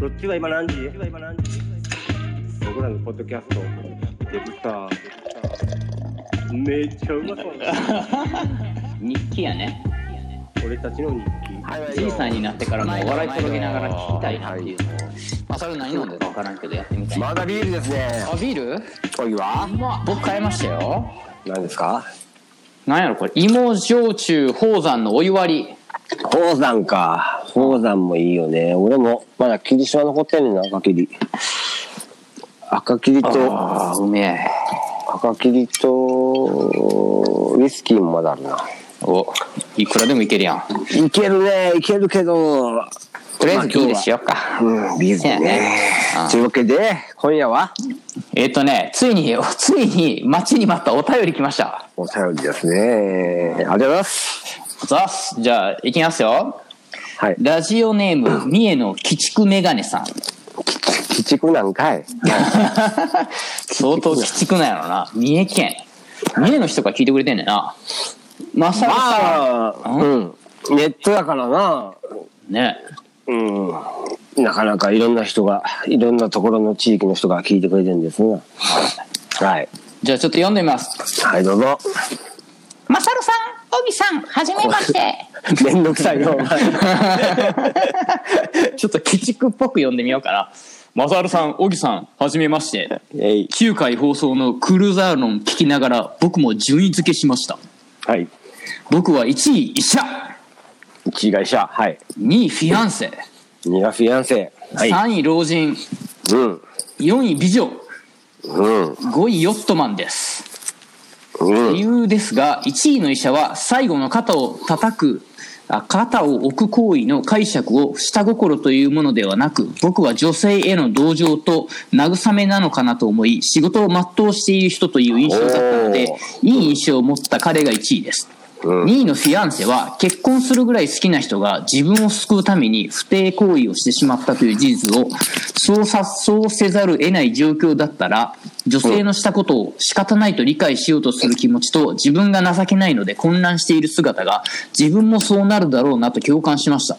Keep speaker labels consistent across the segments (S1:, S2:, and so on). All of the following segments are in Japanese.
S1: どっちが今何時僕らのポッドキャストデブさめっちゃうまそう
S2: 日記やね
S1: 俺たちの日記
S2: じいさんになってからも笑い転げながら聞きたいなっていうのを、まあそれ何飲んでるか分からんけどやってみたいな
S3: まだビールですね。
S2: あビール
S3: 次は
S2: まあ僕買いましたよ
S3: 何ですか
S2: なんやろこれ芋焼酎宝山のお湯割り
S3: 宝山か。宝山もいいよね。俺もまだ霧島残ってんねんな、赤霧。赤霧と、
S2: あうめえ
S3: 赤霧と、ウイスキーもまだあるな。
S2: おいくらでもいけるやん
S3: いけるね、いけるけど、
S2: とりあえずビールし
S3: よ
S2: ようか
S3: うん、ビール
S2: せや
S3: ね。
S2: ねうん
S3: というわけで、今夜は
S2: えっ、とねついに ついに待ちに待ったお便り来ました
S3: お便りですね。ありがとうございます。
S2: ざっすじゃあいきますよ
S3: はい。
S2: ラジオネー ム三重の鬼畜メガネさん
S3: 鬼畜なんかい。
S2: 相当鬼畜なんやろな三重県三重の人が聞いてくれてんねんなまさ
S3: ま
S2: かさ
S3: あ、うん。ネットだからな。
S2: んね
S3: うん、なかなかいろんな人が、いろんなところの地域の人が聞いてくれてるんですが。はい。
S2: じゃあちょっと読んでみます
S3: はい、どうぞ。
S2: まさるさんおみさんはじめまして
S3: めんどくさいよ。
S2: ちょっと鬼畜っぽく読んでみようかなまさるさんおぎさんはじめまして
S3: えい。
S2: 9回放送のクルーザー論聞きながら僕も順位付けしました
S3: はい。
S2: 僕は1位医者
S3: 一位会社。はい。
S2: 2位フィアンセ、
S3: ニラフィアンセ。はい。
S2: 3位老人
S3: うん。
S2: 4位美女
S3: うん。
S2: 5位ヨットマンです
S3: うん。
S2: 理由ですが1位の医者は最後の肩を叩くあ肩を置く行為の解釈を下心というものではなく僕は女性への同情と慰めなのかなと思い仕事を全うしている人という印象だったので
S3: おー
S2: いい印象を持った彼が1位です
S3: うん
S2: 2位のフィアンセは結婚するぐらい好きな人が自分を救うために不貞行為をしてしまったという事実をそうさそうせざるを得ない状況だったら女性のしたことを仕方ないと理解しようとする気持ちと自分が情けないので混乱している姿が自分もそうなるだろうなと共感しました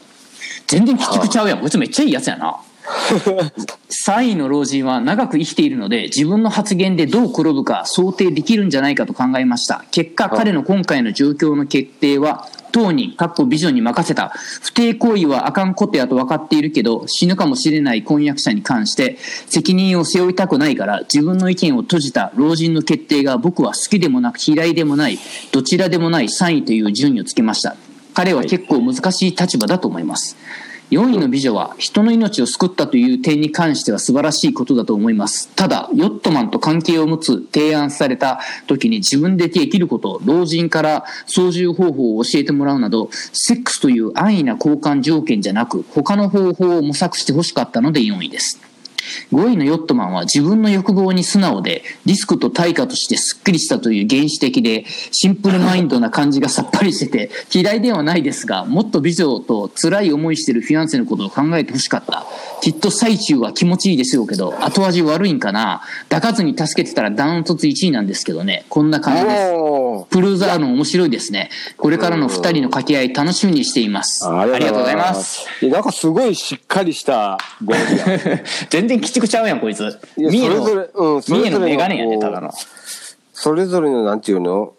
S2: 全然きつくちゃうやんこいつめっちゃいいやつやな3位の老人は長く生きているので自分の発言でどう転ぶか想定できるんじゃないかと考えました結果彼の今回の状況の決定は当にかっこビジョンに任せた不貞行為はあかんことやと分かっているけど死ぬかもしれない婚約者に関して責任を背負いたくないから自分の意見を閉じた老人の決定が僕は好きでもなく嫌いでもないどちらでもない3位という順位をつけました彼は結構難しい立場だと思います4位の美女は人の命を救ったという点に関しては素晴らしいことだと思いますただヨットマンと関係を持つ提案された時に自分でできることを老人から操縦方法を教えてもらうなどセックスという安易な交換条件じゃなく他の方法を模索してほしかったので4位です5位のヨットマンは自分の欲望に素直でリスクと対価としてスッキリしたという原始的でシンプルマインドな感じがさっぱりしてて 嫌いではないですがもっと美女と辛い思いしてるフィアンセのことを考えてほしかったきっと最中は気持ちいいですよけど後味悪いんかな抱かずに助けてたらダントツ1位なんですけどねこんな感じです
S3: おー
S2: クルーザーの面白いですねこれからの2人の掛け合い楽しみにしていますありがとうございます。
S3: いやなんかすごいしっかりしたゴールだ。
S2: 全然鬼畜ちゃうやんこいつ
S3: いや
S2: 三重の
S3: それぞれうんそれ
S2: 三重
S3: ぞれ
S2: の
S3: の
S2: メガネやね
S3: こう
S2: ただの
S3: それぞれのなんていうの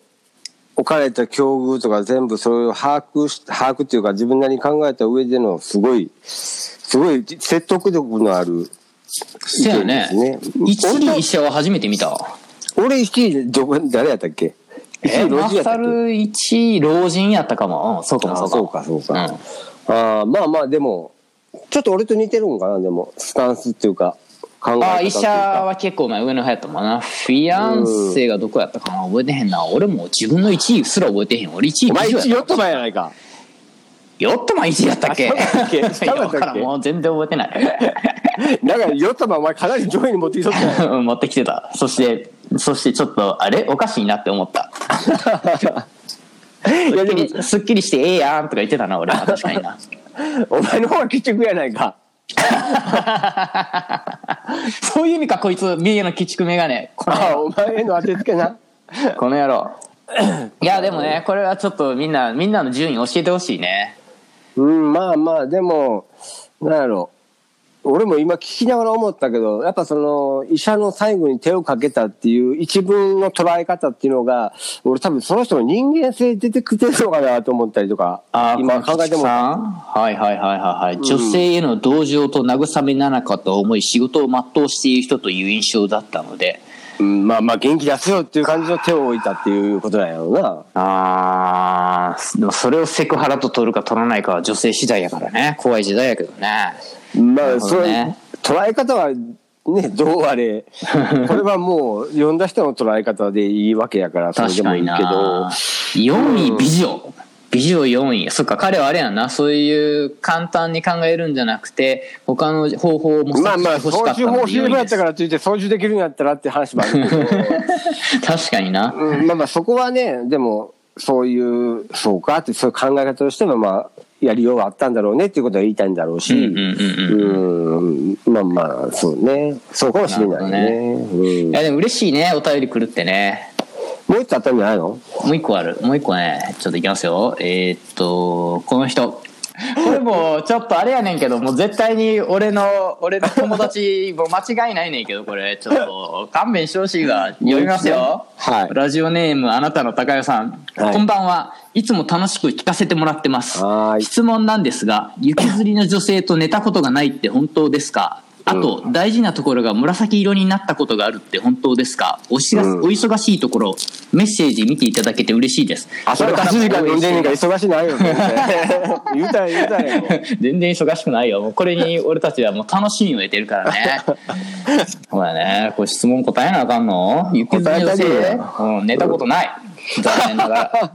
S3: 置かれた境遇とか全部それを把握し把握っていうか自分なりに考えた上でのすごいすごい説得力のある
S2: そうやね
S3: 意見ですね
S2: 一位医者は初めて見た
S3: 俺1位どこ誰やったっけ
S2: え
S3: 1位
S2: マ
S3: ロジやった
S2: サ
S3: っけ
S2: ル一位老人やったかもうんそうか
S3: あ
S2: も
S3: そ
S2: そううか
S3: かそうか、あーまあまあでもちょっと俺と似てるんかなでもスタンスっていうか考え方
S2: あ
S3: ってい
S2: 医
S3: うか
S2: 者は結構前上の方やったもんなフィアンセがどこやったかな覚えてへんな俺もう自分の1位すら覚えてへん俺1位
S3: お前
S2: 以上
S3: 1位
S2: や
S3: 4つ前やないか
S2: ヨットマン1位やったっけ
S3: あそうだっけ
S2: いやわからんもう全然覚えてない
S3: だから4つ前お前かなり上位に持ってきとった よ
S2: 持ってきてたそしてそしてちょっとあれおかしいなって思った
S3: いやでも
S2: すっきりしてええやんとか言ってたな俺は 確かにな
S3: お前の方が鬼畜やないか
S2: そういう意味かこいつ三重の鬼畜メガネこの
S3: ああお前への当てつけ な
S2: この野郎いやでもねこれはちょっとみんなみんなの順位教えてほしいね
S3: うんまあまあでもなんやろ俺も今聞きながら思ったけど、やっぱその、医者の最後に手をかけたっていう一文の捉え方っていうのが、俺多分その人の人間性出てきてるのかなと思ったりとか、
S2: あー
S3: 今考えても
S2: この菊池さんはいはいはいはいはい。女性への同情と慰めならなかった思い、仕事を全うしている人という印象だったので。
S3: うん、まあまあ元気出せよっていう感じの手を置いたっていうことなんやろうな。
S2: ああ、でもそれをセクハラと取るか取らないかは女性次第やからね。怖い時代やけどね。
S3: ま
S2: なるほ
S3: あ、そ
S2: ど
S3: れ
S2: ね
S3: 捉え方はね、どうあ れ、これはもう、読んだ人の捉え方でいいわけやから、それで
S2: 確
S3: も
S2: か
S3: い
S2: に
S3: いけど
S2: な。。4位美女。美女4位。そっか、彼はあれやな。そういう簡単に考えるんじゃなくて、他の方法を模
S3: まあ
S2: 索し
S3: ま
S2: て
S3: あ、
S2: ほしかった
S3: 操縦
S2: ので
S3: 法
S2: 4
S3: 修
S2: 位
S3: や
S2: で
S3: った
S2: す
S3: からついて操縦できるんやったらって話もあるけど、
S2: 確かにな。
S3: うんまあまあ、そこはね、でも、そういう、そうかって、そういう考え方としては、まあ、やりようはあったんだろうねっていうことは言いたいんだろうし、
S2: うんうんうん
S3: うんまあまあ、そうね、そうかもしれない
S2: なる
S3: ね。うん
S2: いやでも嬉しいねお便り来るってね
S3: もう一つあったんじゃないの
S2: もう一個あるもう一個ねちょっといきますよえーっとこの人これもうちょっとあれやねんけどもう絶対に俺の俺の友達もう間違いないねんけどこれちょっと勘弁してほしいが読みますよ
S3: はい
S2: ラジオネームあなたの高代さん、
S3: はい
S2: こんばんはいつも楽しく聞かせてもらってます
S3: はーい
S2: 質問なんですが雪吊りの女性と寝たことがないって本当ですかあと、大事なところが紫色になったことがあるって本当ですかおしが
S3: うん
S2: お忙しいところメッセージ見ていただけて嬉しいです
S3: 朝の8時間飲んでんねんから忙しないよ、 全然言うたら言うたらやろ
S2: 全然忙しくないよもうこれに俺たちはもう楽しみを得てるから ねほらねこれ質問答えなあかんの雪
S3: 答
S2: の
S3: え
S2: 女
S3: たりよ
S2: 性、うん、寝たことない残念なが ら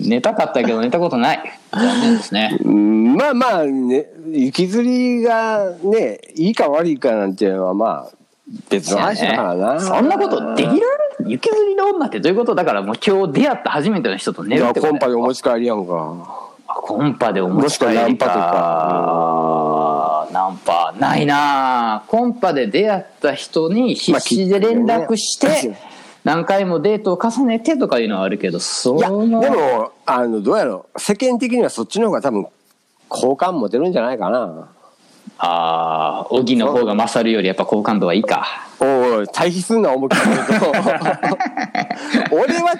S2: 寝たかったけど寝たことない残念ですね
S3: うんまあまあ、ね、雪釣りがね、いいか悪いかなんていうのはまあ、別の話だからな。
S2: そんなことできる雪吊りの女ってどういうことだからもう今日出会った初めての人と寝
S3: い
S2: るっ
S3: や
S2: てこと
S3: コンパ
S2: で
S3: でお持ち帰りやんか。
S2: コンパで思いつか
S3: もしく
S2: かナンパないなあコンパで出会った人に必死で連絡して、
S3: まあきっとね
S2: 何回もデートを重ねてとかいうのはあるけどそ
S3: いや、で
S2: の
S3: も、あの、どうやろう。世間的にはそっちの方が多分、好感持てるんじゃないかな。
S2: ああ荻の方が勝るよりやっぱ好感度はいいか
S3: おい、対比すんな、思いっきり言う と。俺は、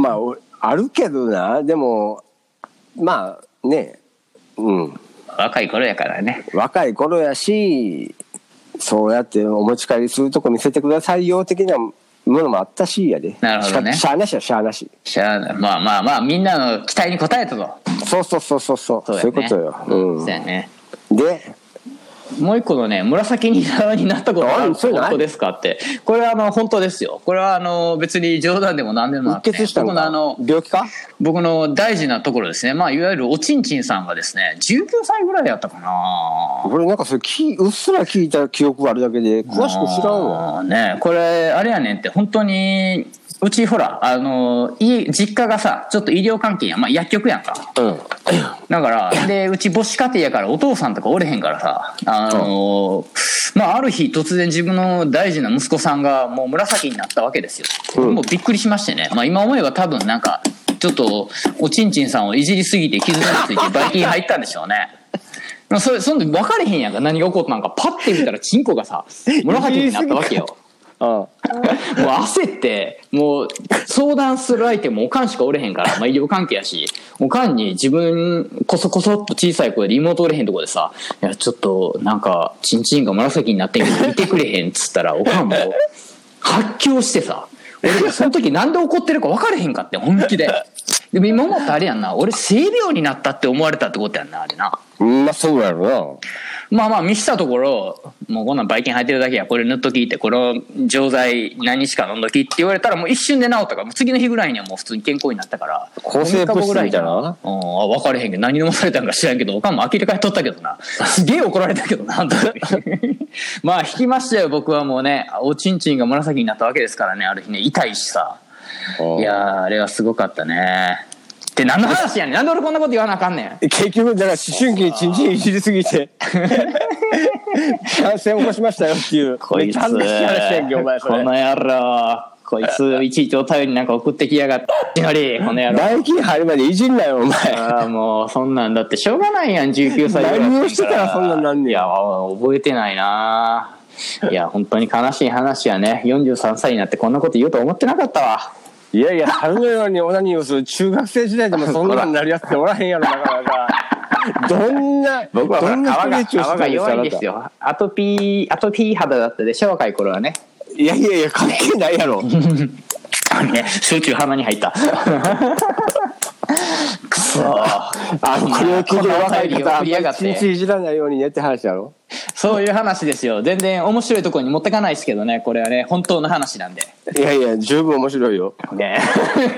S3: まあお、あるけどな、でも、まあ、ね、うん、
S2: 若い頃やからね
S3: 若い頃やし、そうやってお持ち帰りするとこ見せてくださいよ、的なものもあったし、やで。
S2: なるほどね
S3: しゃしゃあなしや、しゃあなし。
S2: しゃあないまあまあまあみんなの期待に応えたと
S3: そうそうそうそう、そうそう,、
S2: や
S3: いうことよ。
S2: そうやね
S3: うん。で、
S2: もう一個のね、紫になったことがある
S3: あそれ何
S2: 本当ですかって。これはあの、本当ですよ。これはあの、別に冗談でも何でもなく
S3: 鬱
S2: て、
S3: 血したの
S2: 僕のあ
S3: か
S2: の、
S3: 病気か
S2: 僕の大事なところですね。まあ、いわゆるおちんちんさんがですね、19歳ぐらいやったかな
S3: 俺なんかそれ聞い、うっすら聞いた記憶があるだけで、詳しく知らん
S2: あ
S3: わ。
S2: ーねこれ、あれやねんって、本当に、うちほら、あの、家、実家がさ、ちょっと医療関係やん。まあ、薬局やんか。
S3: うん。
S2: だから、で、うち母子家庭やからお父さんとかおれへんからさ、あのーまあ、ある日突然自分の大事な息子さんがもう紫になったわけですよ。
S3: うん
S2: もうびっくりしましてね。まあ、今思えば多分なんか、ちょっと、おちんちんさんをいじりすぎて傷がついてバイキン入ったんでしょうね。まあそれ、そんで分かれへんやんか、何が起こったのか。パッて見たらチンコが さ、紫になったわけよ。
S3: うん。
S2: もう焦って、もう相談する相手もおかんしかおれへんから、まあ医療関係やし、おかんに自分、こそこそっと小さい声で妹おれへんとこでさ、いや、ちょっとなんか、チンチンが紫になってんけど見てくれへんっつったら、おかんも発狂してさ、俺もその時なんで怒ってるか分かれへんかって、本気で。でも今思ったらあれやんな、俺性病になったって思われたってことやんな、あれな。
S3: うんまあそうやろ
S2: まあまあ見したところ、もうこんなんバイキン履いてるだけや、これ塗っときって、この錠剤何日か飲んどきって言われたらもう一瞬で治ったから、もう次の日ぐらいにはもう普通に健康になったから。
S3: 抗生物質みたいな
S2: 三日後ぐらうん、あ分かれへんけど、何飲まされたんか知らんけど、おかんも呆れ返っとったけど な。すげえ怒られたけどな、あんたまあ引きましたよ、僕はもうね、おちんちんが紫になったわけですからね、ある日ね、痛いしさ。
S3: う
S2: いやー、あれはすごかったね。って何の話やねん。なんで俺こんなこと言わなあかんねん。
S3: 結局だから思春期にちんちんいじりす ぎて感染起こしましたよっていう
S2: こいつ、
S3: めっちゃ恥ずかしい話やんけお前そ
S2: この
S3: れ
S2: 野郎、こいつ、いちいちお便りなんか送ってきやがって、の り、この野郎。
S3: 大金入るまでいじんなよ、お前。
S2: ああ、もう、そんなんだって、しょうがないやん、19歳ぐらいだから。
S3: 何をしてたらそんなんなんねん
S2: いや、覚えてないないや、本当に悲しい話やね。43歳になってこんなこと言うと思ってなかったわ。
S3: いやいや、あのようにオナニーをする中学生時代でもそんなんなるやつっておらへんやろ、なかなか。どんな、
S2: 僕はほ
S3: ど
S2: ら
S3: ん
S2: 皮
S3: な
S2: が
S3: ストレッ
S2: 皮
S3: チをしてたん
S2: が弱いん
S3: で
S2: ですす
S3: よ、
S2: よアトピーアトピー肌だったでしょ若い頃はね
S3: あなたいやいやいや、関係ないやろ。
S2: ね集中鼻に入った くそ
S3: あの、これを聞いてる若い
S2: こんなお便り
S3: 方、
S2: 送りやがっ
S3: 一
S2: て
S3: 日いじらないようにねって話やろ。
S2: そういう話ですよ全然面白いところに持ってかないですけどねこれはね本当の話なんで
S3: いやいや、十分面白いよ。
S2: ね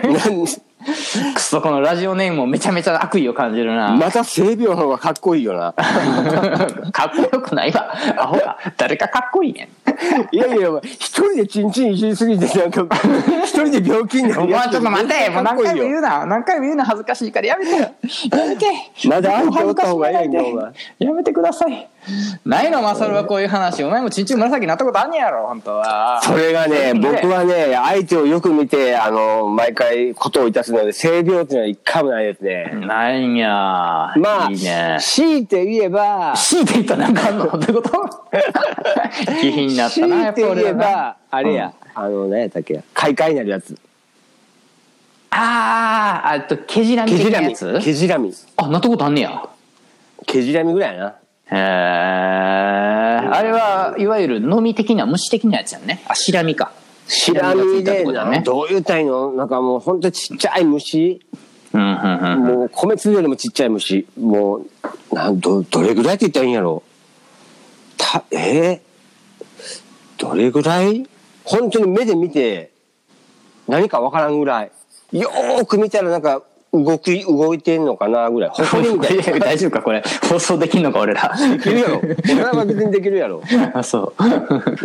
S3: なん
S2: くそこのラジオネームもめちゃめちゃ悪意を感じるな
S3: また整備の方がかっこいいよな。
S2: かっこよくないわアホか誰かかっこいいねん
S3: いやいや、お前一人でチンチンいじりすぎて、なんか、一人で病気にな
S2: お前ちょっと待てもう
S3: かっ
S2: 何
S3: こい
S2: 回
S3: い
S2: も言
S3: よ。
S2: うな何回も言うな恥ずかしいからやめてやめて
S3: まだ相手おった方がええ
S2: 恥
S3: ん
S2: ずか
S3: か
S2: し
S3: お
S2: が
S3: 前
S2: ら。ないでやめてくださいないのマサルはこういう話お前もちんちん紫になったことあんねやろ本当は
S3: それがね、僕はね、相手をよく見て、あの、毎回ことをいたすので、性病っていうのは一回もないですね。
S2: ないんや
S3: まあ、
S2: いいね
S3: 強いて言えば、
S2: 強いて言ったらなんかあんのどういうこと気品になった
S3: 強
S2: ない
S3: て言えば、あれ、
S2: やっ
S3: や、あの、何やったっけ、快快になるやつ。
S2: ぱ俺はうんあーあと毛じらみ
S3: けじ
S2: 的
S3: ら
S2: な
S3: み。
S2: やつ
S3: けじらみ。
S2: あなったことあんねや
S3: けじらみぐらいやな。
S2: へえあれはいわゆるのみ的な虫的なやつやんねあしらみか
S3: シラミで、
S2: だね
S3: どういう体の、なんかもう、ほんとちっちゃい虫。
S2: うんうんうん
S3: もう米粒よりもちっちゃい虫もうなんどどれぐらいって言ったらいいんやろたえーどれぐらい本当に目で見て何かわからんぐらいよーく見たらなんか動き動いてんのかなぐらいほこりみ たいな
S2: 大丈夫かこれ放送できんのか俺ら
S3: できるやろ俺は別にできるやろ
S2: あ そう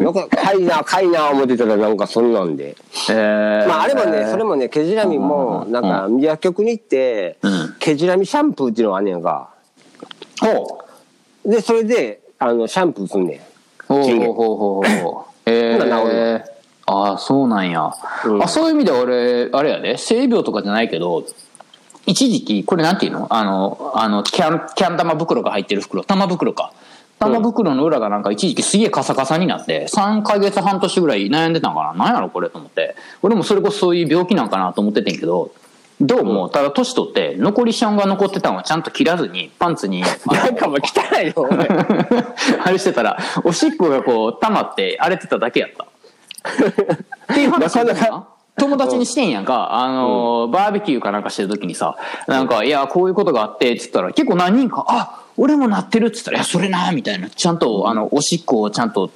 S3: なんかかいなかいな思ってたらなんかそんなんでまああれもねそれもね毛じらみもなんか薬局に行って
S2: うん
S3: 毛じらみシャンプーっていうのがあんねやんか
S2: ほ
S3: でそれであのシャンプーすんねん
S2: うほう
S3: チンゲ
S2: ほうほうほうほうえ
S3: ほんなら治る
S2: ー、ああそうなんや、
S3: うん
S2: あそういう意味では俺あれやで性病とかじゃないけど一時期これなんていうのあのあのキャンキャン玉袋が入ってる袋玉袋か玉袋の裏がなんか一時期すげえカサカサになって3ヶ月半年ぐらい悩んでたんかな何やろこれと思って俺もそれこそそういう病気なんかなと思っててんけどどうもただ年取って残りシャンが残ってたんはちゃんと切らずにパンツにあの
S3: なんかもう汚いよお前
S2: あれしてたら、おしっこがこう、溜まって荒れてただけやった。っていう話
S3: なかなか
S2: だな 友達にしてんやんか、あのーバーベキューかなんかしてる時にさ、なんか、いや、こういうことがあって、っつったら、結構何人か、あ俺もなってるっつったら、いや、それな、みたいな。ちゃんと、あの、おしっこをちゃんと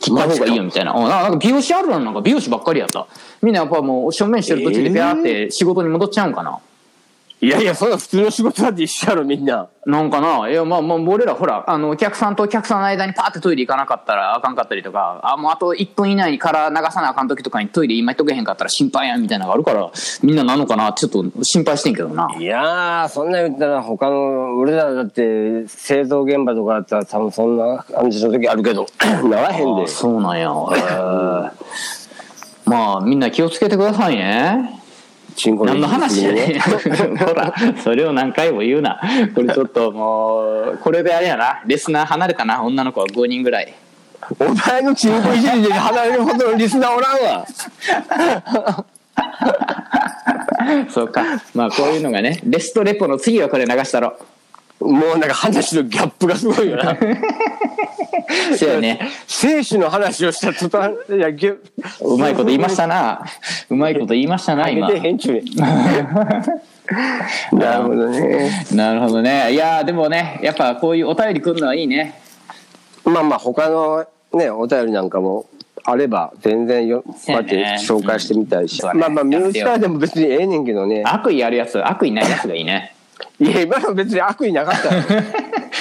S2: 切った方がいいよ、みたいな。うんなんか美容師あるのなんか美容師ばっかりやった。みんなやっぱもう、正面してる途中でペアって仕事に戻っちゃうんかな。
S3: いやいやそんな普通の仕事だって一緒やろみんな
S2: なんかないやまあまあ俺らほらあのお客さんとお客さんの間にパーってトイレ行かなかったらあかんかったりとかあもうあと1分以内にから流さなあかん時とかにトイレ今行っとけへんかったら心配やんみたいなのがあるからみんななのかなちょっと心配してんけどない
S3: やーそんな言ったら他の俺らだって製造現場とかだったら多分そんな感じの時あるけ どならへん
S2: あ
S3: で
S2: あそうなんやへーまあみんな気をつけてくださいね
S3: チンコ
S2: 何の話 やねほらそれを何回も言うなこれちょっともうこれであれやなレスナー離れたな女の子は5人ぐらい
S3: お前のチンコいじりで離れるほどのリスナーおらんわ
S2: そうかまあこういうのがねレストレポの次はこれ流したろ
S3: もうなんか話のギャップがすごいよな
S2: そうやね。
S3: 生死の話をした途端いやギュ
S2: うまいこと言いましたな。 うまいこと言いましたな、
S3: あげ
S2: 今。
S3: てへんちゅうねんなるほどね
S2: なるほどね。いやーでもね、やっぱこういうお便り来るのはいいね。
S3: まあまあ他のねお便りなんかもあれば全然よこうやって紹介してみたいし、
S2: そうやね
S3: まあまあミュージカーでも別にええねんけどね
S2: 悪意あるやつ、悪意ないやつがいい ね。
S3: いや今の別に悪意なかっ たよ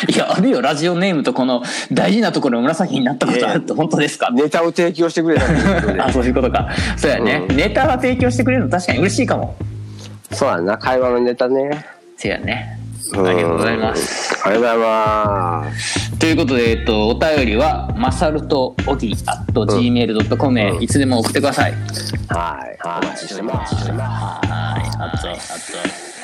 S2: いや、あるよ、ラジオネームとこの大事なところ紫になったことあるって本当ですか
S3: ネタを提供してくれたって いうことで
S2: あ、そういうことか。そうやね。ネタは提供してくれるの確かに嬉しいかも。
S3: そうやな会話のネタね
S2: そうやね。ありがとうございます。
S3: ありがとうございます
S2: とということで、えっと、お便りは、まさるとおぎ、あと gmail.com へ、いつでも送ってください。
S3: はい、はい、お待ちしてます。
S2: はい、あっと、あっと。